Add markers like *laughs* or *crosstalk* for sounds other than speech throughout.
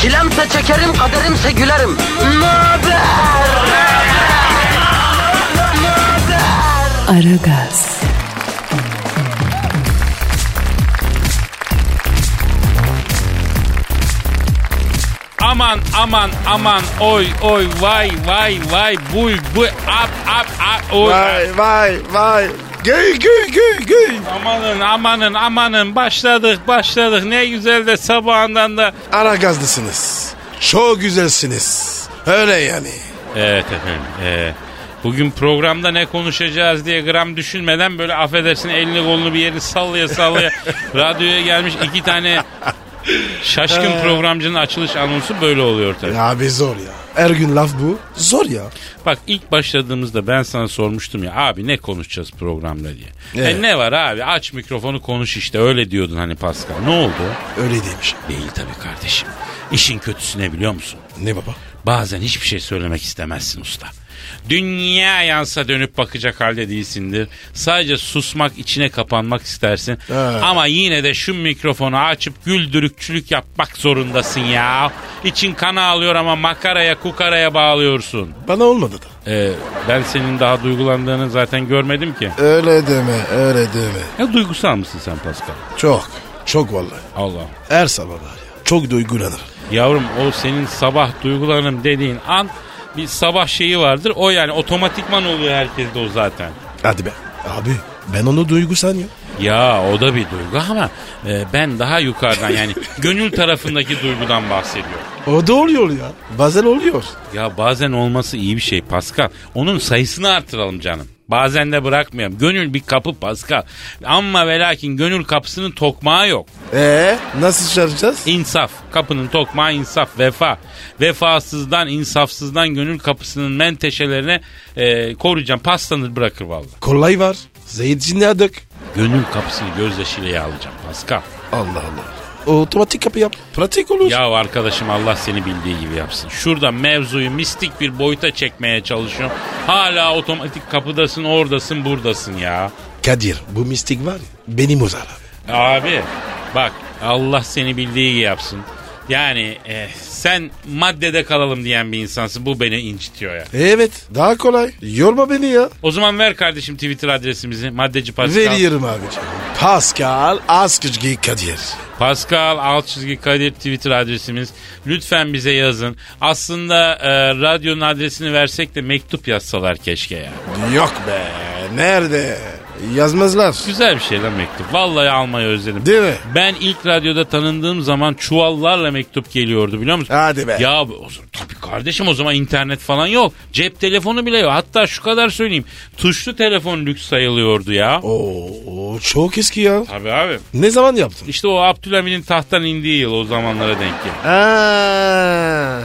Çilemse çekerim, kaderimse gülerim. Möber! Aragaz, Aman aman aman oy oy vay vay vay buy bu ap ap ap oy. Vay vay vay. Gül gül gül gül. Amanın amanın amanın başladık başladık ne güzel de sabahından da. Ara gazlısınız. Çok güzelsiniz. Öyle yani. Evet efendim. ee, bugün programda ne konuşacağız diye gram düşünmeden böyle affedersin elini kolunu bir yerini sallaya sallaya radyoya gelmiş iki tane şaşkın programcının açılış anonsu böyle oluyor tabii. Abi zor ya. Her gün laf bu. Zor ya. Bak ilk başladığımızda ben sana sormuştum ya abi ne konuşacağız programda diye. Evet. E ne var abi aç mikrofonu konuş işte öyle diyordun hani Pascal. Ne oldu? Öyle demiş. Değil tabii kardeşim. İşin kötüsü ne biliyor musun? Ne baba? Bazen hiçbir şey söylemek istemezsin usta. Dünya yansa dönüp bakacak halde değilsindir. Sadece susmak, içine kapanmak istersin. Evet. Ama yine de şu mikrofonu açıp güldürükçülük yapmak zorundasın ya. İçin kan ağlıyor ama makaraya, kukaraya bağlıyorsun. Bana olmadı da. Ee, ben senin daha duygulandığını zaten görmedim ki. Öyle deme öyle deme. Ya duygusal mısın sen Pascal? Çok. Çok vallahi. Allah. Her sabah var ya. Çok duygulanır. Yavrum o senin sabah duygulanım dediğin an bir sabah şeyi vardır. O yani otomatikman oluyor herkeste o zaten. Hadi be. Abi ben onu duygu sanıyorum. Ya o da bir duygu ama e, ben daha yukarıdan yani gönül tarafındaki duygudan bahsediyorum. O da oluyor ya. Bazen oluyor. Ya bazen olması iyi bir şey Pascal. Onun sayısını artıralım canım. Bazen de bırakmayalım. Gönül bir kapı Pascal. Ama ve lakin gönül kapısının tokmağı yok. Ee nasıl çağıracağız? İnsaf. Kapının tokmağı insaf, vefa. Vefasızdan, insafsızdan gönül kapısının menteşelerine e, koruyacağım. Paslanır bırakır valla. Kolay var. Zeytinli adık. Gönül kapısını gözyaşıyla yağlayacağım Pascal. Allah Allah. Otomatik kapı yap. Pratik olur. Ya arkadaşım Allah seni bildiği gibi yapsın. Şurada mevzuyu mistik bir boyuta çekmeye çalışıyorum. Hala otomatik kapıdasın, oradasın, buradasın ya. Kadir bu mistik var ya beni bozar abi. Abi bak Allah seni bildiği gibi yapsın. Yani eh, sen maddede kalalım diyen bir insansın. Bu beni incitiyor ya. Evet daha kolay. Yorma beni ya. O zaman ver kardeşim Twitter adresimizi. Maddeci Pascal. Veriyorum abicim. Pascal Askışgi Kadir. Pascal alt çizgi Kadir Twitter adresimiz. Lütfen bize yazın. Aslında eh, radyonun adresini versek de mektup yazsalar keşke ya. Yok be nerede? Yazmazlar. Güzel bir şey lan mektup. Vallahi almayı özledim. Değil mi? Ben ilk radyoda tanındığım zaman çuvallarla mektup geliyordu biliyor musun? Hadi Ah be. Ya o zaman- tabii kardeşim o zaman internet falan yok. Cep telefonu bile yok. Hatta şu kadar söyleyeyim. Tuşlu telefon lüks sayılıyordu ya. Oo çok eski ya. Tabii abi. Ne zaman yaptın? İşte o Abdülhamid'in tahttan indiği yıl o zamanlara denk geldi. Aa,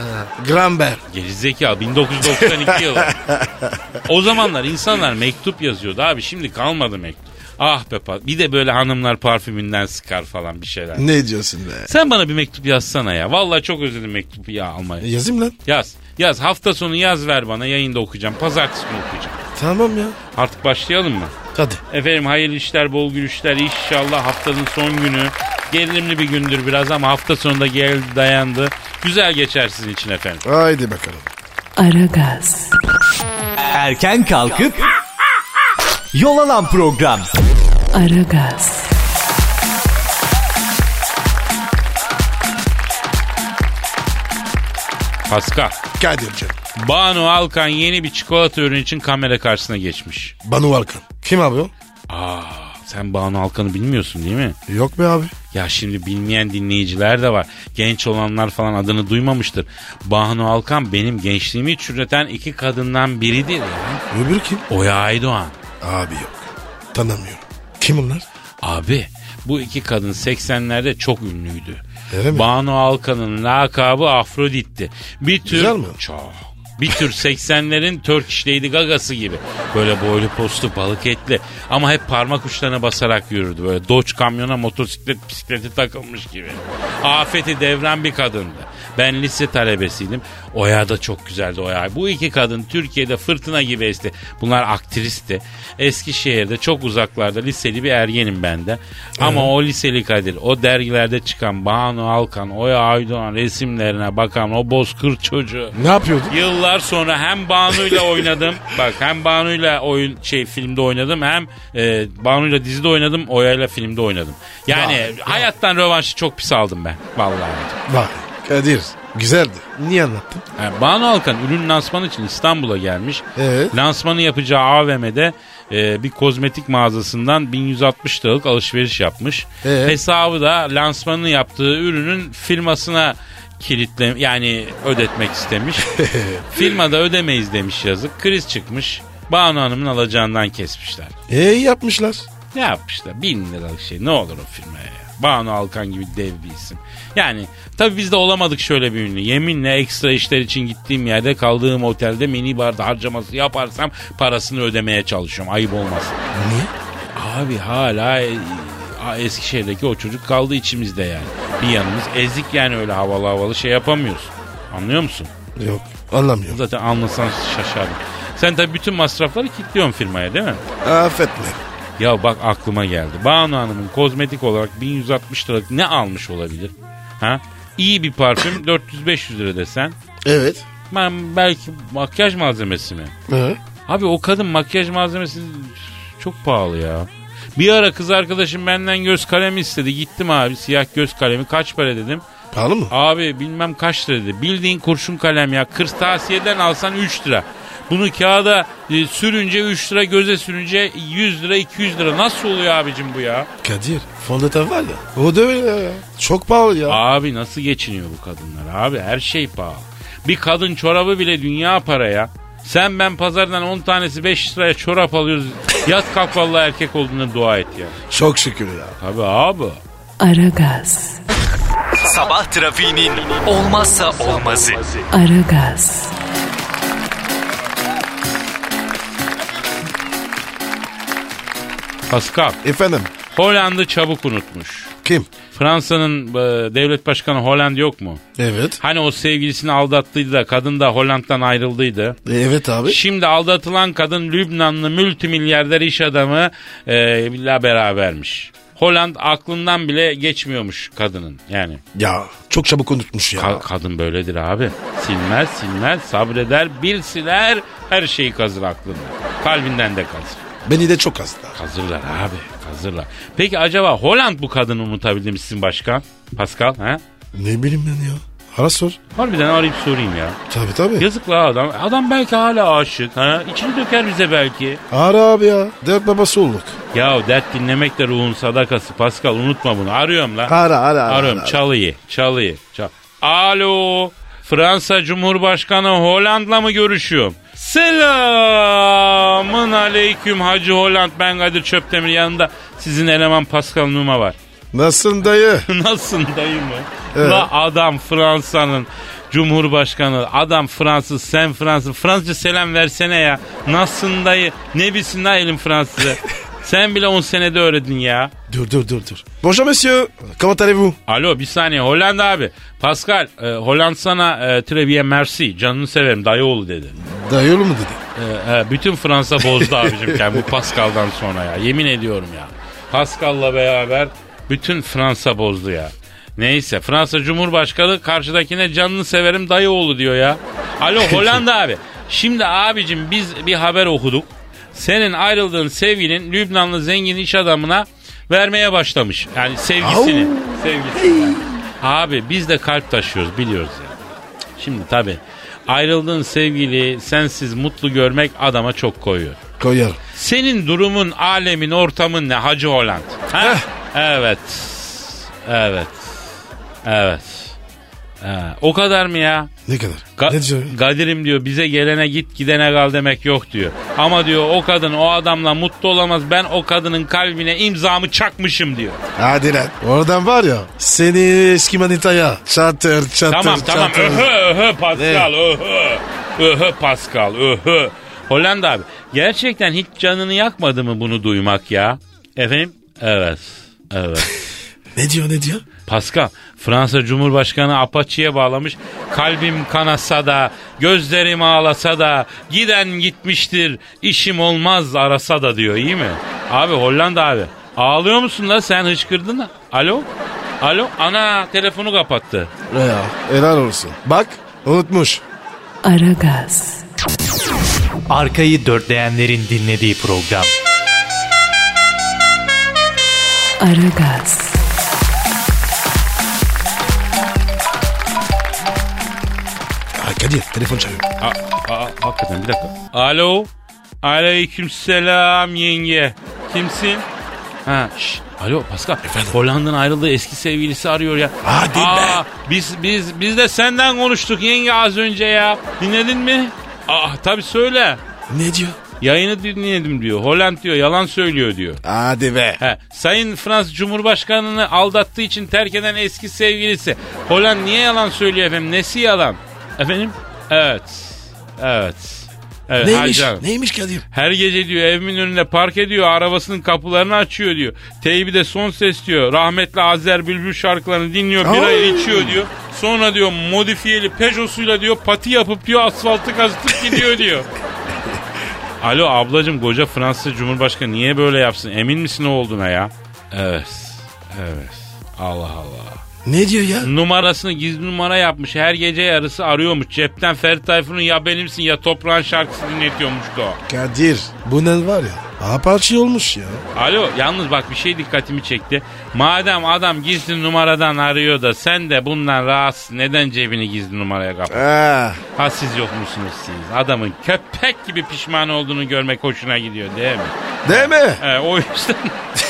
Gramber. Gerizekalı 1992 yılı. o zamanlar insanlar mektup yazıyordu abi. Şimdi kalmadı mektup. Ah be pa- bir de böyle hanımlar parfümünden sıkar falan bir şeyler. Ne diyorsun be? Sen bana bir mektup yazsana ya. Vallahi çok özledim mektup ya almayı. Yazayım lan. Yaz. Yaz. Hafta sonu yaz ver bana. Yayında okuyacağım. Pazartesi günü okuyacağım. Tamam ya. Artık başlayalım mı? Hadi. Efendim hayırlı işler, bol gülüşler. İnşallah haftanın son günü. Gerilimli bir gündür biraz ama hafta sonunda geldi dayandı. Güzel geçer sizin için efendim. Haydi bakalım. Aragaz, Erken kalkıp yol alan program. Aragaz, Pascal. Kadir'cim. Banu Alkan yeni bir çikolata ürünü için kamera karşısına geçmiş. Banu Alkan. Kim abi o? Aa, sen Banu Alkan'ı bilmiyorsun değil mi? Yok be abi. Ya şimdi bilmeyen dinleyiciler de var. Genç olanlar falan adını duymamıştır. Banu Alkan benim gençliğimi çürüten iki kadından biridir ya. Öbürü kim? Oya Aydoğan. Abi yok. Tanımıyorum. Kim onlar? Abi bu iki kadın 80'lerde çok ünlüydü. Öyle mi? Banu Alkan'ın lakabı Afrodit'ti. Bir tür... Güzel mi? Çok. Bir tür 80'lerin Turkish Lady Gaga'sı gibi. Böyle boylu postlu balık etli. Ama hep parmak uçlarına basarak yürürdü. Böyle Dodge kamyona motosiklet bisikleti takılmış gibi. Afeti devren bir kadındı. Ben lise talebesiydim. Oya da çok güzeldi Oya. Bu iki kadın Türkiye'de fırtına gibi esti. Bunlar aktristi. Eskişehir'de çok uzaklarda liseli bir ergenim ben de. Ama o liseli Kadir, o dergilerde çıkan Banu Alkan, Oya Aydoğan resimlerine bakan o bozkır çocuğu. Ne yapıyordun? Yıllar sonra hem Banu'yla oynadım. Bak hem Banu'yla oyun şey filmde oynadım hem e, Banu'yla dizide oynadım, Oya'yla filmde oynadım. Yani hayattan rövanşı çok pis aldım ben vallahi. Bak Kadir güzeldi. Niye anlattın? Yani Banu Alkan ürün lansmanı için İstanbul'a gelmiş. Evet. Lansmanı yapacağı AVM'de e, bir kozmetik mağazasından 1160 liralık alışveriş yapmış. Ee? Hesabı da lansmanını yaptığı ürünün firmasına kilitle yani ödetmek istemiş. Firmada ödemeyiz demiş yazık. Kriz çıkmış. Banu Hanım'ın alacağından kesmişler. E yapmışlar. Ne yapmışlar? Bin liralık şey ne olur o firmaya ya. Banu Alkan gibi dev bir isim. Yani tabii biz de olamadık şöyle bir ünlü. Yeminle ekstra işler için gittiğim yerde kaldığım otelde mini barda harcaması yaparsam parasını ödemeye çalışıyorum. Ayıp olmasın. Niye? Abi hala e, a- Eskişehir'deki o çocuk kaldı içimizde yani. Bir yanımız ezik yani öyle havalı havalı şey yapamıyoruz. Anlıyor musun? Yok anlamıyorum. Zaten anlasan şaşardım. Sen tabii bütün masrafları kilitliyorsun firmaya değil mi? Affetme. Ya bak aklıma geldi. Banu Hanım'ın kozmetik olarak 1160 liralık ne almış olabilir? Ha? İyi bir parfüm 400-500 lira desen. Evet. Ben belki makyaj malzemesi mi? Hı? Abi o kadın makyaj malzemesi çok pahalı ya. Bir ara kız arkadaşım benden göz kalemi istedi. Gittim abi siyah göz kalemi kaç para dedim. Pahalı mı? Abi bilmem kaç lira dedi. Bildiğin kurşun kalem ya. Kırtasiyeden alsan 3 lira. Bunu kağıda e, sürünce 3 lira göze sürünce 100 lira 200 lira. Nasıl oluyor abicim bu ya? Kadir fondöten var ya. O da öyle ya. Çok pahalı ya. Abi nasıl geçiniyor bu kadınlar? Abi her şey pahalı. Bir kadın çorabı bile dünya paraya. Sen ben pazardan 10 tanesi 5 liraya çorap alıyoruz. Yat kalk vallahi erkek olduğuna dua et ya. Çok şükür ya. Tabii abi. Aragaz, Sabah trafiğinin olmazsa olmazı. Aragaz, Pascal. Efendim Hollanda çabuk unutmuş. kim? Fransa'nın e, devlet başkanı Hollande yok mu? Evet. Hani o sevgilisini aldattıydı da kadın da Hollanda'dan ayrıldıydı. E, Evet abi. Şimdi aldatılan kadın Lübnanlı multimilярder iş adamı e, billa berabermiş. Holland aklından bile geçmiyormuş kadının yani. Ya çok çabuk unutmuş ya. Ka- kadın böyledir abi. Silmez silmez sabreder bir siler her şeyi kazır aklında. Kalbinden de kazır. Beni de çok hasta. Kazırlar abi kazırlar. Peki acaba Holland bu kadını unutabildi mi sizin başkan? Pascal ha? Ne bileyim ben ya. Ara sor. Harbiden arayıp sorayım ya. Tabii tabii. Yazık la adam. Adam belki hala aşık. Ha? İçini döker bize belki. Ara abi ya. Dört babası olduk. Ya dert dinlemek de ruhun sadakası. Pascal unutma bunu. Arıyorum la. Ara ara ara. Arıyorum. ara. Çalıyı. Çalıyı. Çal. Alo. Fransa Cumhurbaşkanı Holland'la mı görüşüyorum? Selamın aleyküm Hacı Holland. Ben Kadir Çöptemir yanında sizin eleman Pascal Numa var. Nasılsın dayı? Nasılsın dayı mı? Evet. La adam Fransa'nın Cumhurbaşkanı. Adam Fransız, sen Fransız. Fransızca selam versene ya. Nasılsın dayı? Ne bilsin la elin Fransızı? sen bile 10 senede öğrendin ya. Dur dur dur dur. Bonjour monsieur. Comment allez-vous? Alo bir saniye Hollanda abi. Pascal e, Hollanda sana e, Treviye Merci canını severim dayı oğlu dedi. Dayı oğlu mu dedi? E, e, bütün Fransa bozdu abicim kendini bu Pascal'dan sonra ya. Yemin ediyorum ya. Pascal'la beraber bütün Fransa bozdu ya. Neyse Fransa Cumhurbaşkanı karşıdakine canını severim dayı oğlu diyor ya. Alo Hollanda abi. Şimdi abicim biz bir haber okuduk. Senin ayrıldığın sevgilin Lübnanlı zengin iş adamına vermeye başlamış. Yani sevgisini. Sevgisini. Abi biz de kalp taşıyoruz biliyoruz ya. Şimdi tabii ayrıldığın sevgili sensiz mutlu görmek adama çok koyuyor. Koyarım. Senin durumun, alemin, ortamın ne Hacı Holland? Ha? Eh, Evet. Evet. Evet. Ha, o kadar mı ya? Ne kadar? Ga- ne diyor? Kadir'im diyor bize gelene git gidene kal demek yok diyor. Ama diyor o kadın o adamla mutlu olamaz ben o kadının kalbine imzamı çakmışım diyor. Hadi lan. Oradan var ya. Seni eski manitaya. Çatır çatır Tamam tamam çatır. öhö öhö Pascal öhö. Öhö Pascal öhö. Hollanda abi gerçekten hiç canını yakmadı mı bunu duymak ya? Efendim? Evet. Evet. Ne diyor ne diyor? Pascal Fransa Cumhurbaşkanı Apache'ye bağlamış. Kalbim kanasa da gözlerim ağlasa da giden gitmiştir işim olmaz arasa da diyor iyi mi? Abi Hollanda abi ağlıyor musun la sen hıçkırdın da. Alo? Alo? Ana telefonu kapattı. Ya, helal olsun. Bak unutmuş. Aragaz, Arkayı dörtleyenlerin dinlediği program. Aragaz, Ha, Kadir telefon çalıyor. Aa, aa, hakikaten bir dakika. Alo. Aleykümselam yenge. Kimsin? Ha, şş, Alo Pascal. Hollanda'nın ayrıldığı eski sevgilisi arıyor ya. Hadi be. Aa, Biz, biz, biz de senden konuştuk yenge az önce ya. Dinledin mi? Ah tabii söyle. Ne diyor? Yayını dinledim diyor. Holland diyor yalan söylüyor diyor. Hadi be. He, Sayın Frans Cumhurbaşkanı'nı aldattığı için terk eden eski sevgilisi. Hollanda niye yalan söylüyor efendim? Nesi yalan? Efendim? Evet. Evet. Evet, hay Neymiş? canım. Neymiş Kadir? Her gece diyor evimin önüne park ediyor arabasının kapılarını açıyor diyor. Teybi de son ses diyor. Rahmetli Azer Bülbül şarkılarını dinliyor birayı içiyor diyor. Sonra diyor modifiyeli Peugeot'suyla diyor pati yapıp diyor asfaltı kazıtıp gidiyor diyor. Alo ablacım koca Fransız Cumhurbaşkanı niye böyle yapsın? Emin misin ne olduğuna ya? Evet. Evet. Allah Allah. Ne diyor ya? Numarasını gizli numara yapmış. Her gece yarısı arıyormuş. Cepten Ferit Tayfun'un ya benimsin ya toprağın şarkısı dinletiyormuştu o. Kadir bu ne var ya? Apaçi olmuş ya. Alo yalnız bak bir şey dikkatimi çekti. Madem adam gizli numaradan arıyor da sen de bundan rahatsız neden cebini gizli numaraya kapat? Ha, Ha siz yok musunuz siz? Adamın köpek gibi pişman olduğunu görmek hoşuna gidiyor değil mi? değil mi? He, o yüzden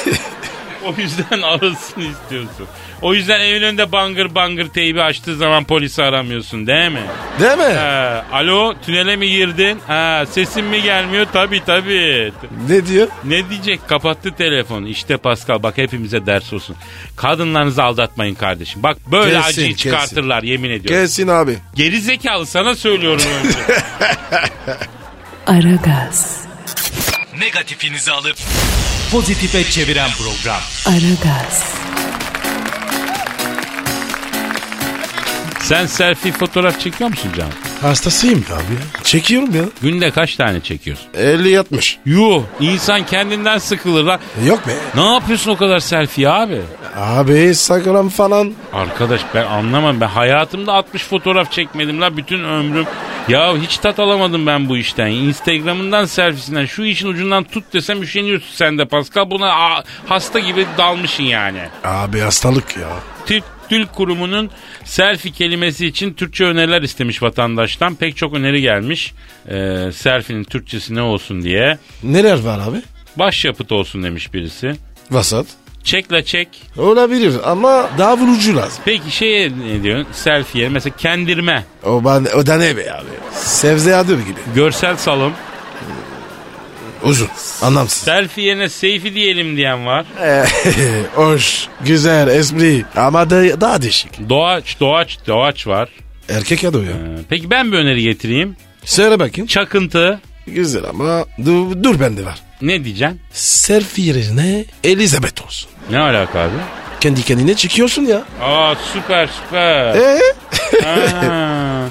*laughs* o yüzden arasını istiyorsun. O yüzden evin önünde bangır bangır teybi açtığı zaman polisi aramıyorsun değil mi? Değil mi? He, alo tünele mi girdin? Ha, sesin mi gelmiyor? Tabii tabii. Ne diyor? Ne diyecek? Kapattı telefonu. İşte Pascal bak hepimize ders olsun. Kadınlarınızı aldatmayın kardeşim. Bak böyle Kesin, acıyı kesin. çıkartırlar yemin ediyorum. Kesin abi. Geri zekalı sana söylüyorum *laughs* önce. Aragaz, Negatifinizi alıp pozitife çeviren program. Aragaz, Sen selfie fotoğraf çekiyor musun canım? Hastasıyım abi ya. Çekiyorum ya. Günde kaç tane çekiyorsun? 50 yatmış. Yuh insan kendinden sıkılır lan. Yok be. Ne yapıyorsun o kadar selfie abi? Abi sakalam falan. Arkadaş ben anlamam. Ben hayatımda 60 fotoğraf çekmedim la bütün ömrüm. Ya hiç tat alamadım ben bu işten. Instagram'ından selfisinden şu işin ucundan tut desem üşeniyorsun sen de Pascal. Buna a- hasta gibi dalmışsın yani. Abi hastalık ya. Türk Dil Kurumu'nun selfie kelimesi için Türkçe öneriler istemiş vatandaştan. Pek çok öneri gelmiş. Ee, selfie'nin Türkçesi ne olsun diye. Neler var abi? Başyapıt olsun demiş birisi. Vasat. Çekle çek. Olabilir ama daha vurucu lazım. Peki şey ne diyorsun? Selfie'ye mesela kendirme. O, ben, o da ne be abi? Sebze adı gibi. Görsel salım. Uzun. *laughs* Anlamsız. Selfie yerine seyfi diyelim diyen var. Eh, Hoş, güzel, espri ama da, daha değişik. Doğaç, doğaç, doğaç var. Erkek adı o ya. Ee, Peki ben bir öneri getireyim. Söyle bakayım. Çakıntı. Güzel ama dur, dur bende var. Ne diyeceksin? Selfie yerine Elizabeth olsun. Ne alaka abi? Kendi kendine çıkıyorsun ya. Aa süper süper. Ee? Ha.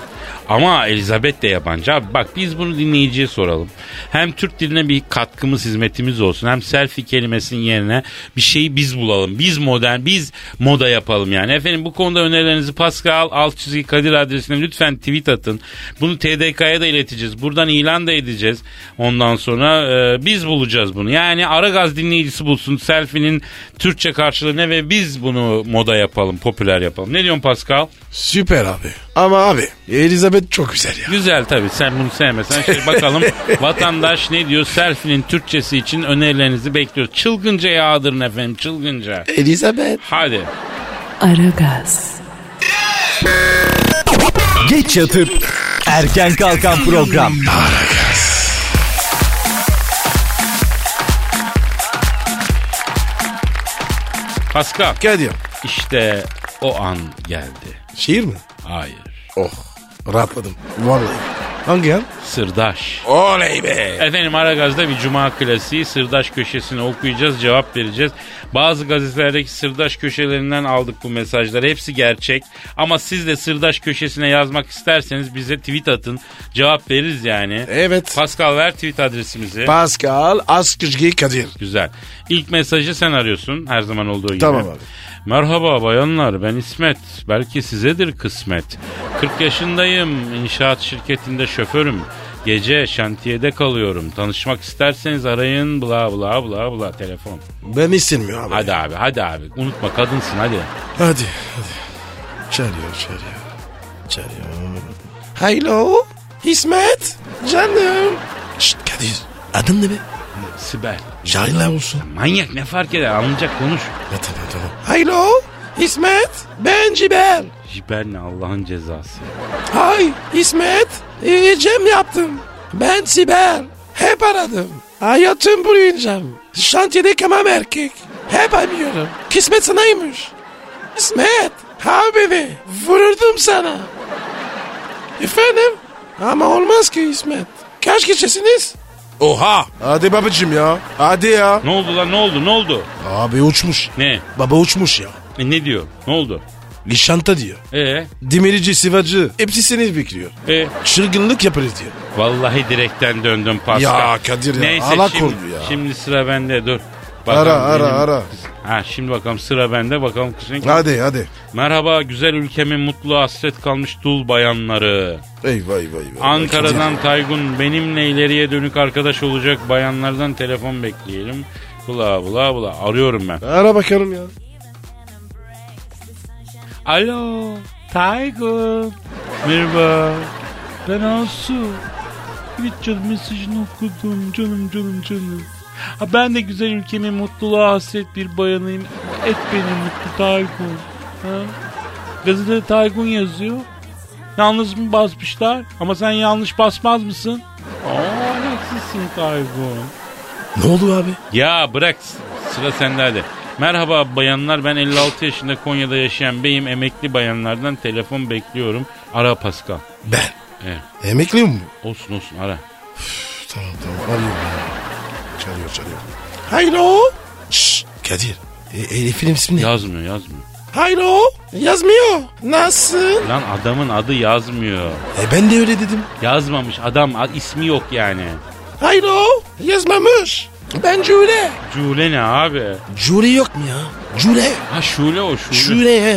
Ama Elizabeth de yabancı abi. Bak biz bunu dinleyiciye soralım. Hem Türk diline bir katkımız, hizmetimiz olsun. Hem selfie kelimesinin yerine bir şeyi biz bulalım. Biz modern, biz moda yapalım yani. Efendim bu konuda önerilerinizi Pascal alt çizgi Kadir adresine lütfen tweet atın. Bunu TDK'ya da ileteceğiz. Buradan ilan da edeceğiz. Ondan sonra e, biz bulacağız bunu. Yani Aragaz dinleyicisi bulsun selfie'nin Türkçe karşılığı ne ve biz bunu moda yapalım, popüler yapalım. Ne diyorsun Pascal? Süper abi. Ama abi Elizabeth çok güzel ya. Güzel tabii sen bunu sevmesen şey bakalım vatandaş ne diyor selfie'nin Türkçesi için önerilerinizi bekliyoruz. Çılgınca yağdırın efendim çılgınca. Elizabeth. Hadi. Aragaz, Geç yatıp erken kalkan program. Pascal Kadir. işte o an geldi. Şiir mi? Hayır. Oh rahatladım. Vallahi. Hangi yan? Sırdaş. Oley be. Efendim Aragaz'da bir cuma klasiği sırdaş köşesini okuyacağız, cevap vereceğiz. Bazı gazetelerdeki sırdaş köşelerinden aldık bu mesajları. Hepsi gerçek. Ama siz de sırdaş köşesine yazmak isterseniz bize tweet atın. Cevap veririz yani. Evet. Pascal ver tweet adresimizi. Pascal Askışgi Kadir. Güzel. İlk mesajı sen arıyorsun her zaman olduğu gibi. Tamam abi. Merhaba bayanlar ben İsmet. Belki sizedir kısmet. 40 yaşındayım. İnşaat şirketinde şoförüm. Gece şantiyede kalıyorum. Tanışmak isterseniz arayın bla bla bla bla telefon. Ben istemiyorum abi. Hadi abi hadi abi. Unutma kadınsın hadi. Hadi. hadi. Çalıyor çalıyor. Çalıyor. Hello. İsmet. Canım. Şşt Kadir. Adın ne be? Sibel. Şahinler olsun. Manyak ne fark eder anlayacak konuş. Ya tamam tamam. Hello. İsmet. Ben Cibel. Jiber ne Allah'ın cezası. Hay İsmet. Ee, Cem yaptım. Ben Sibel. Hep aradım. Hayatım boyunca. Şantiyede kemam erkek. Hep arıyorum. Kismet sanaymış. İsmet. Abi vururdum sana. Efendim? Ama olmaz ki İsmet. Kaç kişisiniz? Oha. Hadi babacım ya. Hadi ya. Ne oldu lan ne oldu ne oldu? Abi uçmuş. Ne? Baba uçmuş ya. E, ne diyor? Ne oldu? Nişanta diyor. E Demirici, sivacı. Hepsi seni bekliyor. e Çılgınlık yaparız diyor. Vallahi direkten döndüm Pascal. Ya Kadir ya, Neyse Allah şimdi, korudu ya. şimdi sıra bende dur. Ara, ara, ara. Ha şimdi bakalım sıra bende bakalım kızın. Hadi hadi. Merhaba güzel ülkemin mutlu hasret kalmış dul bayanları. Eyvah eyvah eyvah. Ankara'dan Taygun benimle ileriye dönük arkadaş olacak bayanlardan telefon bekleyelim. Bula bula bula arıyorum ben. Ara bakalım ya. Alo Taygun. Merhaba. Ben Asu. Richard mesajını okudum canım canım canım. Ha, ben de güzel ülkemin mutluluğa hasret bir bayanıyım. Et beni mutlu Taygun. Ha? Gazetede Taygun yazıyor. Yalnız mı basmışlar? Ama sen yanlış basmaz mısın? Aa, haksızsın Taygun. Ne oldu abi? Ya bırak sıra sende hadi. Merhaba bayanlar ben 56 yaşında Konya'da yaşayan beyim emekli bayanlardan telefon bekliyorum. Ara Pascal. Ben. Evet. Emekliyim mi? Olsun olsun ara. Tamam tamam arıyorum ya. Çalıyor çalıyor. Hayro. Şşş Kadir. E, Elif'in ismi ne? Yazmıyor yazmıyor. Hayro. Yazmıyor. Nasıl? Lan adamın adı yazmıyor. E ben de öyle dedim. Yazmamış adam a- ismi yok yani. Hayro. Yazmamış. Ben Cüle. Cule ne abi? Cüle yok mu ya? Cüle. Ha Şule o Şule. Şule.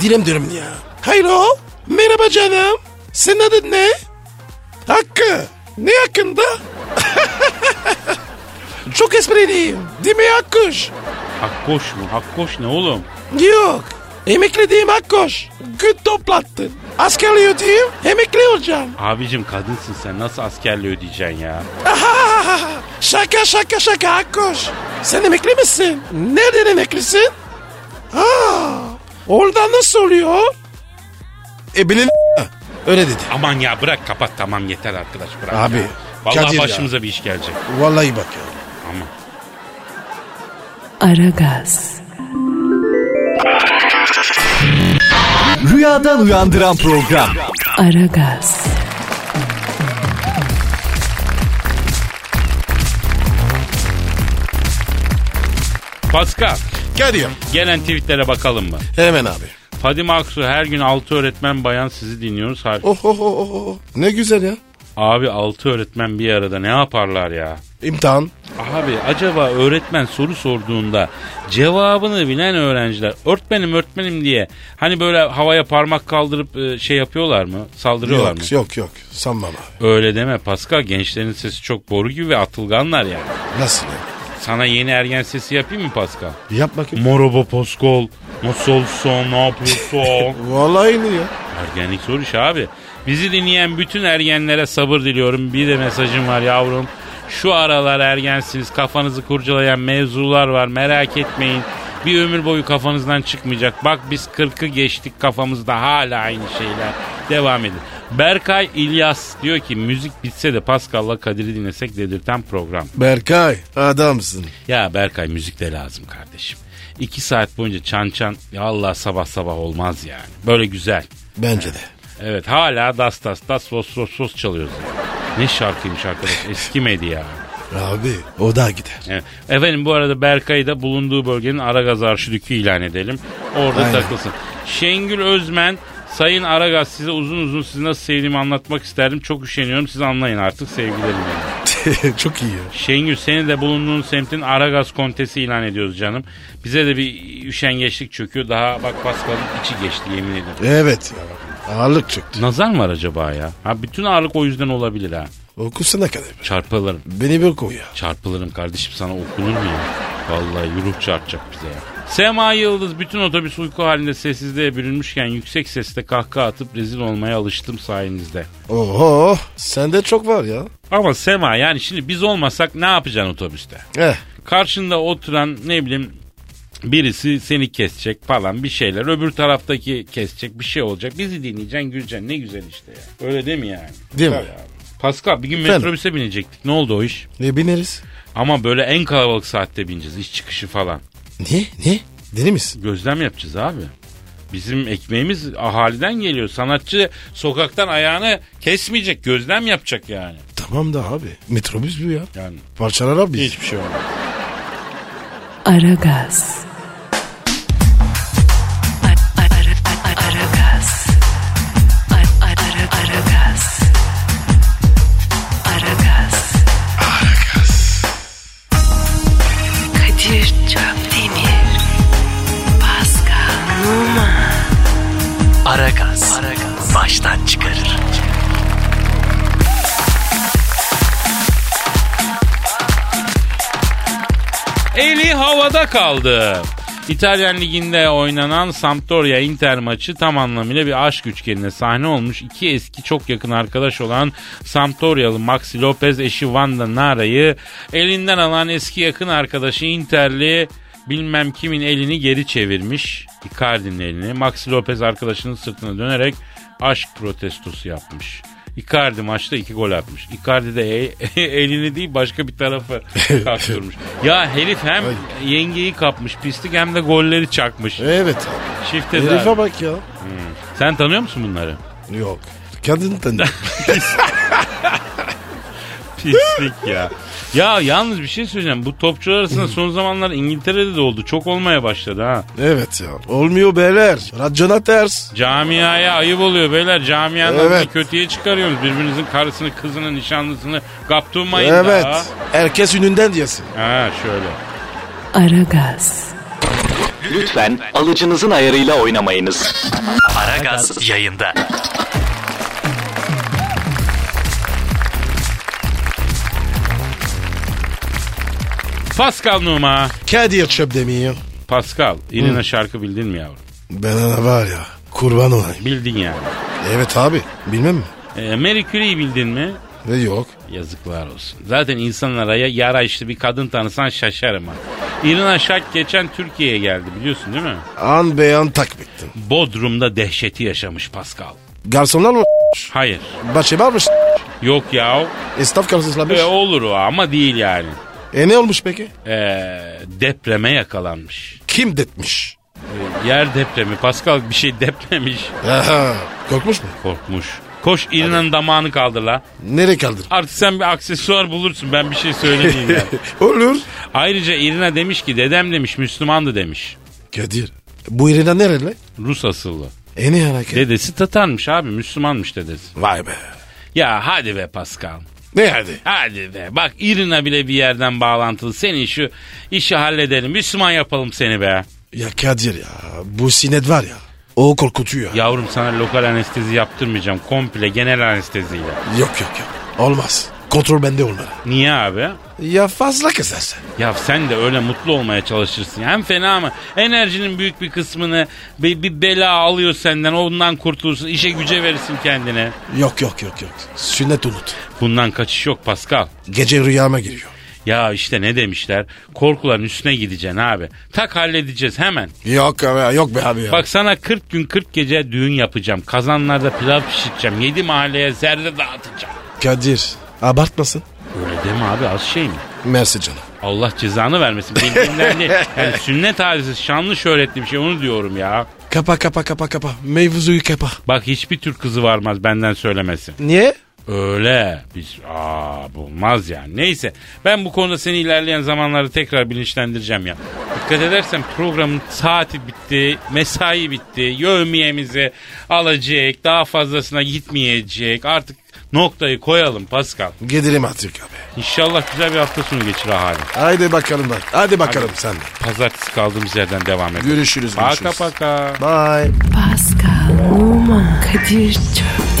Dilim dilim ya. Hayro. Merhaba canım. Senin adın ne? Hakkı. Ne hakkında? *laughs* Çok espriyim. Değil mi Hakkoş? Hakkoş mu? Hakkoş ne oğlum? Yok. Emekli diyeyim Hakkoş. Gün toplattın. Askerliği diyeyim emekli olacağım. Abicim kadınsın sen nasıl askerle ödeyeceksin ya? Şaka şaka şaka Hakkoş. Sen emekli misin? Nereden emeklisin? Aa, oradan nasıl oluyor? E bilin öyle dedi. Aman ya bırak kapat tamam yeter arkadaş bırak Abi, ya. Vallahi Kadir ya. başımıza bir iş gelecek. Vallahi bak ya. Aman. Aragaz, Rüyadan uyandıran program. Aragaz, Pascal Kadir. gelen tweetlere bakalım mı? Hemen abi. Fadime Aksu her gün 6 öğretmen bayan sizi dinliyoruz. Har- Oh oh oh oh, oh. Ne güzel ya. Abi 6 öğretmen bir arada ne yaparlar ya? İmtihan. Abi acaba öğretmen soru sorduğunda cevabını bilen öğrenciler öğretmenim öğretmenim diye hani böyle havaya parmak kaldırıp e, şey yapıyorlar mı? Saldırıyorlar mı? Yok yok yok. Sanmam abi. Öyle deme Pascal gençlerin sesi çok boru gibi ve atılganlar yani. Nasıl ya? Sana yeni ergen sesi yapayım mı Pascal? Yap bakayım. Merhaba Pascal. Nasılsın? Ne yapıyorsun? Vallahi aynı ya. Ergenlik zor iş abi. Bizi dinleyen bütün ergenlere sabır diliyorum. Bir de mesajım var yavrum. Şu aralar ergensiniz. Kafanızı kurcalayan mevzular var. Merak etmeyin. Bir ömür boyu kafanızdan çıkmayacak. Bak biz 40'ı geçtik kafamızda hala aynı şeyler. Devam edin. Berkay İlyas diyor ki müzik bitse de Pascal'la Kadir'i dinlesek dedirten program. Berkay adamsın. Ya Berkay müzik de lazım kardeşim. İki saat boyunca çan çan ya Allah sabah sabah olmaz yani. Böyle güzel. Bence de. Evet hala das das das sos sos sos çalıyoruz. Ne şarkıymış arkadaş eskimedi ya. Abi o da gider. *laughs* Evet. Efendim bu arada Berkay'ı da bulunduğu bölgenin Aragaz Arşidükü ilan edelim. Orada Aynen. takılsın. Şengül Özmen, Sayın Aragaz size uzun uzun sizi nasıl sevdiğimi anlatmak isterdim. Çok üşeniyorum siz anlayın artık sevgilerim. Çok iyi. ya. Şengül seni de bulunduğun semtin Aragaz Kontesi ilan ediyoruz canım. Bize de bir üşengeçlik çöküyor. Daha bak Pascal'ın içi geçti yemin ederim. Evet ya. Ağırlık çıktı. Nazar mı var acaba ya? Ha bütün ağırlık o yüzden olabilir ha. Okusana kadar. Çarpılırım. Beni bir koy ya. Çarpılırım kardeşim sana okunur mu ya? Vallahi yürük çarpacak bize ya. Sema Yıldız bütün otobüs uyku halinde sessizliğe bürünmüşken yüksek sesle kahkaha atıp rezil olmaya alıştım sayenizde. Oho. Sende çok var ya. Ama Sema yani şimdi biz olmasak ne yapacaksın otobüste? Eh. Karşında oturan ne bileyim birisi seni kesecek falan bir şeyler. Öbür taraftaki kesecek bir şey olacak. Bizi dinleyeceksin güleceksin ne güzel işte ya. Öyle değil mi yani? Değil mi? Tabii abi. Pascal bir gün Efendim? metrobüse binecektik. Ne oldu o iş? Ne bineriz? Ama böyle en kalabalık saatte bineceğiz. iş çıkışı falan. Ne? Ne? Deli misin? Gözlem yapacağız abi. Bizim ekmeğimiz ahaliden geliyor. Sanatçı sokaktan ayağını kesmeyecek. Gözlem yapacak yani. Tamam da abi. Metrobüs bu ya. Yani Parçalar abi. hiçbir şey olmaz. Aragaz. Ara- ara- ara- Aragaz. Ara- ara- Aragaz. Aragaz. Kadir Çöpdemir. Pascal Numa. Aragaz. Baştan çıkarır. Eli havada kaldı. İtalyan liginde oynanan Sampdoria Inter maçı tam anlamıyla bir aşk üçgenine sahne olmuş. İki eski çok yakın arkadaş olan Sampdorialı Maxi Lopez eşi Wanda Nara'yı elinden alan eski yakın arkadaşı Interli bilmem kimin elini geri çevirmiş. Icardi'nin elini. Maxi Lopez arkadaşının sırtına dönerek aşk protestosu yapmış. Icardi maçta iki gol atmış. Icardi de e- *laughs* elini değil başka *laughs* bir tarafı kaptırmış. Ya herif hem yengeyi kapmış pislik hem de golleri çakmış. Evet abi. Şifte Herife bak ya. Sen tanıyor musun *laughs* bunları? Yok. Kadın *laughs* tanıdım. Pislik ya. Ya yalnız bir şey söyleyeceğim. Bu topçular arasında son zamanlar İngiltere'de de oldu. Çok olmaya başladı ha. evet ya. Olmuyor beyler. Radyona ters. Camiaya ayıp oluyor beyler. Camianın Evet. adını kötüye çıkarıyorsunuz. Birbirinizin karısını, kızını, nişanlısını kaptırmayın evet. daha. Herkes önünden diyesin. Ha şöyle. Aragaz. Lütfen alıcınızın ayarıyla oynamayınız. Aragaz yayında. Pascal Numa. Kadir Çöpdemir. Pascal, İrina şarkı bildin mi yavrum? Ben ona var ya. Kurban olayım. Bildin yani. Evet abi. Bilmem mi? Ee, Marie Curie'yi bildin mi? Ne yok. Yazıklar olsun. Zaten insanlara ya, yara işte bir kadın tanısan şaşarım ha. İrina Şak geçen Türkiye'ye geldi biliyorsun değil mi? An beyan takmettim. Bodrum'da dehşeti yaşamış Pascal. Garsonlar mı? Hayır. Bahçe var mı? Yok ya. Esnaf garsonlar E, olur o ama değil yani. E ne olmuş peki? Ee, depreme yakalanmış. Kim detmiş? Ee, yer depremi. Pascal bir şey depremiş. Aha, korkmuş mu? Korkmuş. Koş İrina'nın damağını kaldır la. Nereye kaldır? Artık sen bir aksesuar bulursun. Ben bir şey söylemeyeyim yani. Olur. Ayrıca İrina demiş ki dedem demiş Müslümandı demiş. Kadir. Bu irina nereli? Rus asıllı. E ne hareket? Dedesi Tatarmış abi Müslümanmış dedesi. Vay be. Ya hadi be Pascal. Ne hadi? Hadi be. Bak İrina bile bir yerden bağlantılı. Senin şu işi halledelim. Müslüman yapalım seni be. Ya Kadir ya bu sinet var ya. O korkutuyor. Yavrum sana lokal anestezi yaptırmayacağım. Komple genel anesteziyle. Yok yok yok. Olmaz. Kontrol bende olmalı. Niye abi? Ya fazla kızarsın. Ya sen de öyle mutlu olmaya çalışırsın. Hem fena mı? Enerjinin büyük bir kısmını bir, bir bela alıyor senden. Ondan kurtulursun. İşe güce verirsin kendine. Yok yok yok yok. Sünnet unut. Bundan kaçış yok Pascal. Gece rüyama giriyor. Ya işte ne demişler? Korkuların üstüne gideceksin abi. Tak halledeceğiz hemen. Yok abi yok be abi ya. Bak sana 40 gün 40 gece düğün yapacağım. Kazanlarda pilav pişireceğim. 7 mahalleye zerre dağıtacağım. Kadir abartmasın. Öyle deme abi az şey mi? Mersi canım. Allah cezanı vermesin. Bildiğimden değil. Yani sünnet hadisesi şanlı şöhretli bir şey onu diyorum ya. Kapa kapa kapa kapa. Mevzuyu kapa. Bak hiçbir Türk kızı varmaz benden söylemesi. Niye? Öyle. Biz aa bulmaz yani. Neyse ben bu konuda seni ilerleyen zamanlarda tekrar bilinçlendireceğim ya. Dikkat edersen programın saati bitti, mesai bitti, yövmiyemizi alacak, daha fazlasına gitmeyecek. Artık noktayı koyalım Pascal. Gidelim artık abi. İnşallah güzel bir hafta sonu geçir ahali. Haydi bakalım bak. Hadi bakalım sen de. Pazartesi kaldığımız yerden devam edelim. Görüşürüz. Paka görüşürüz. paka. Bye. Pascal, Oman, Kadir çok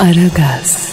Aragaz.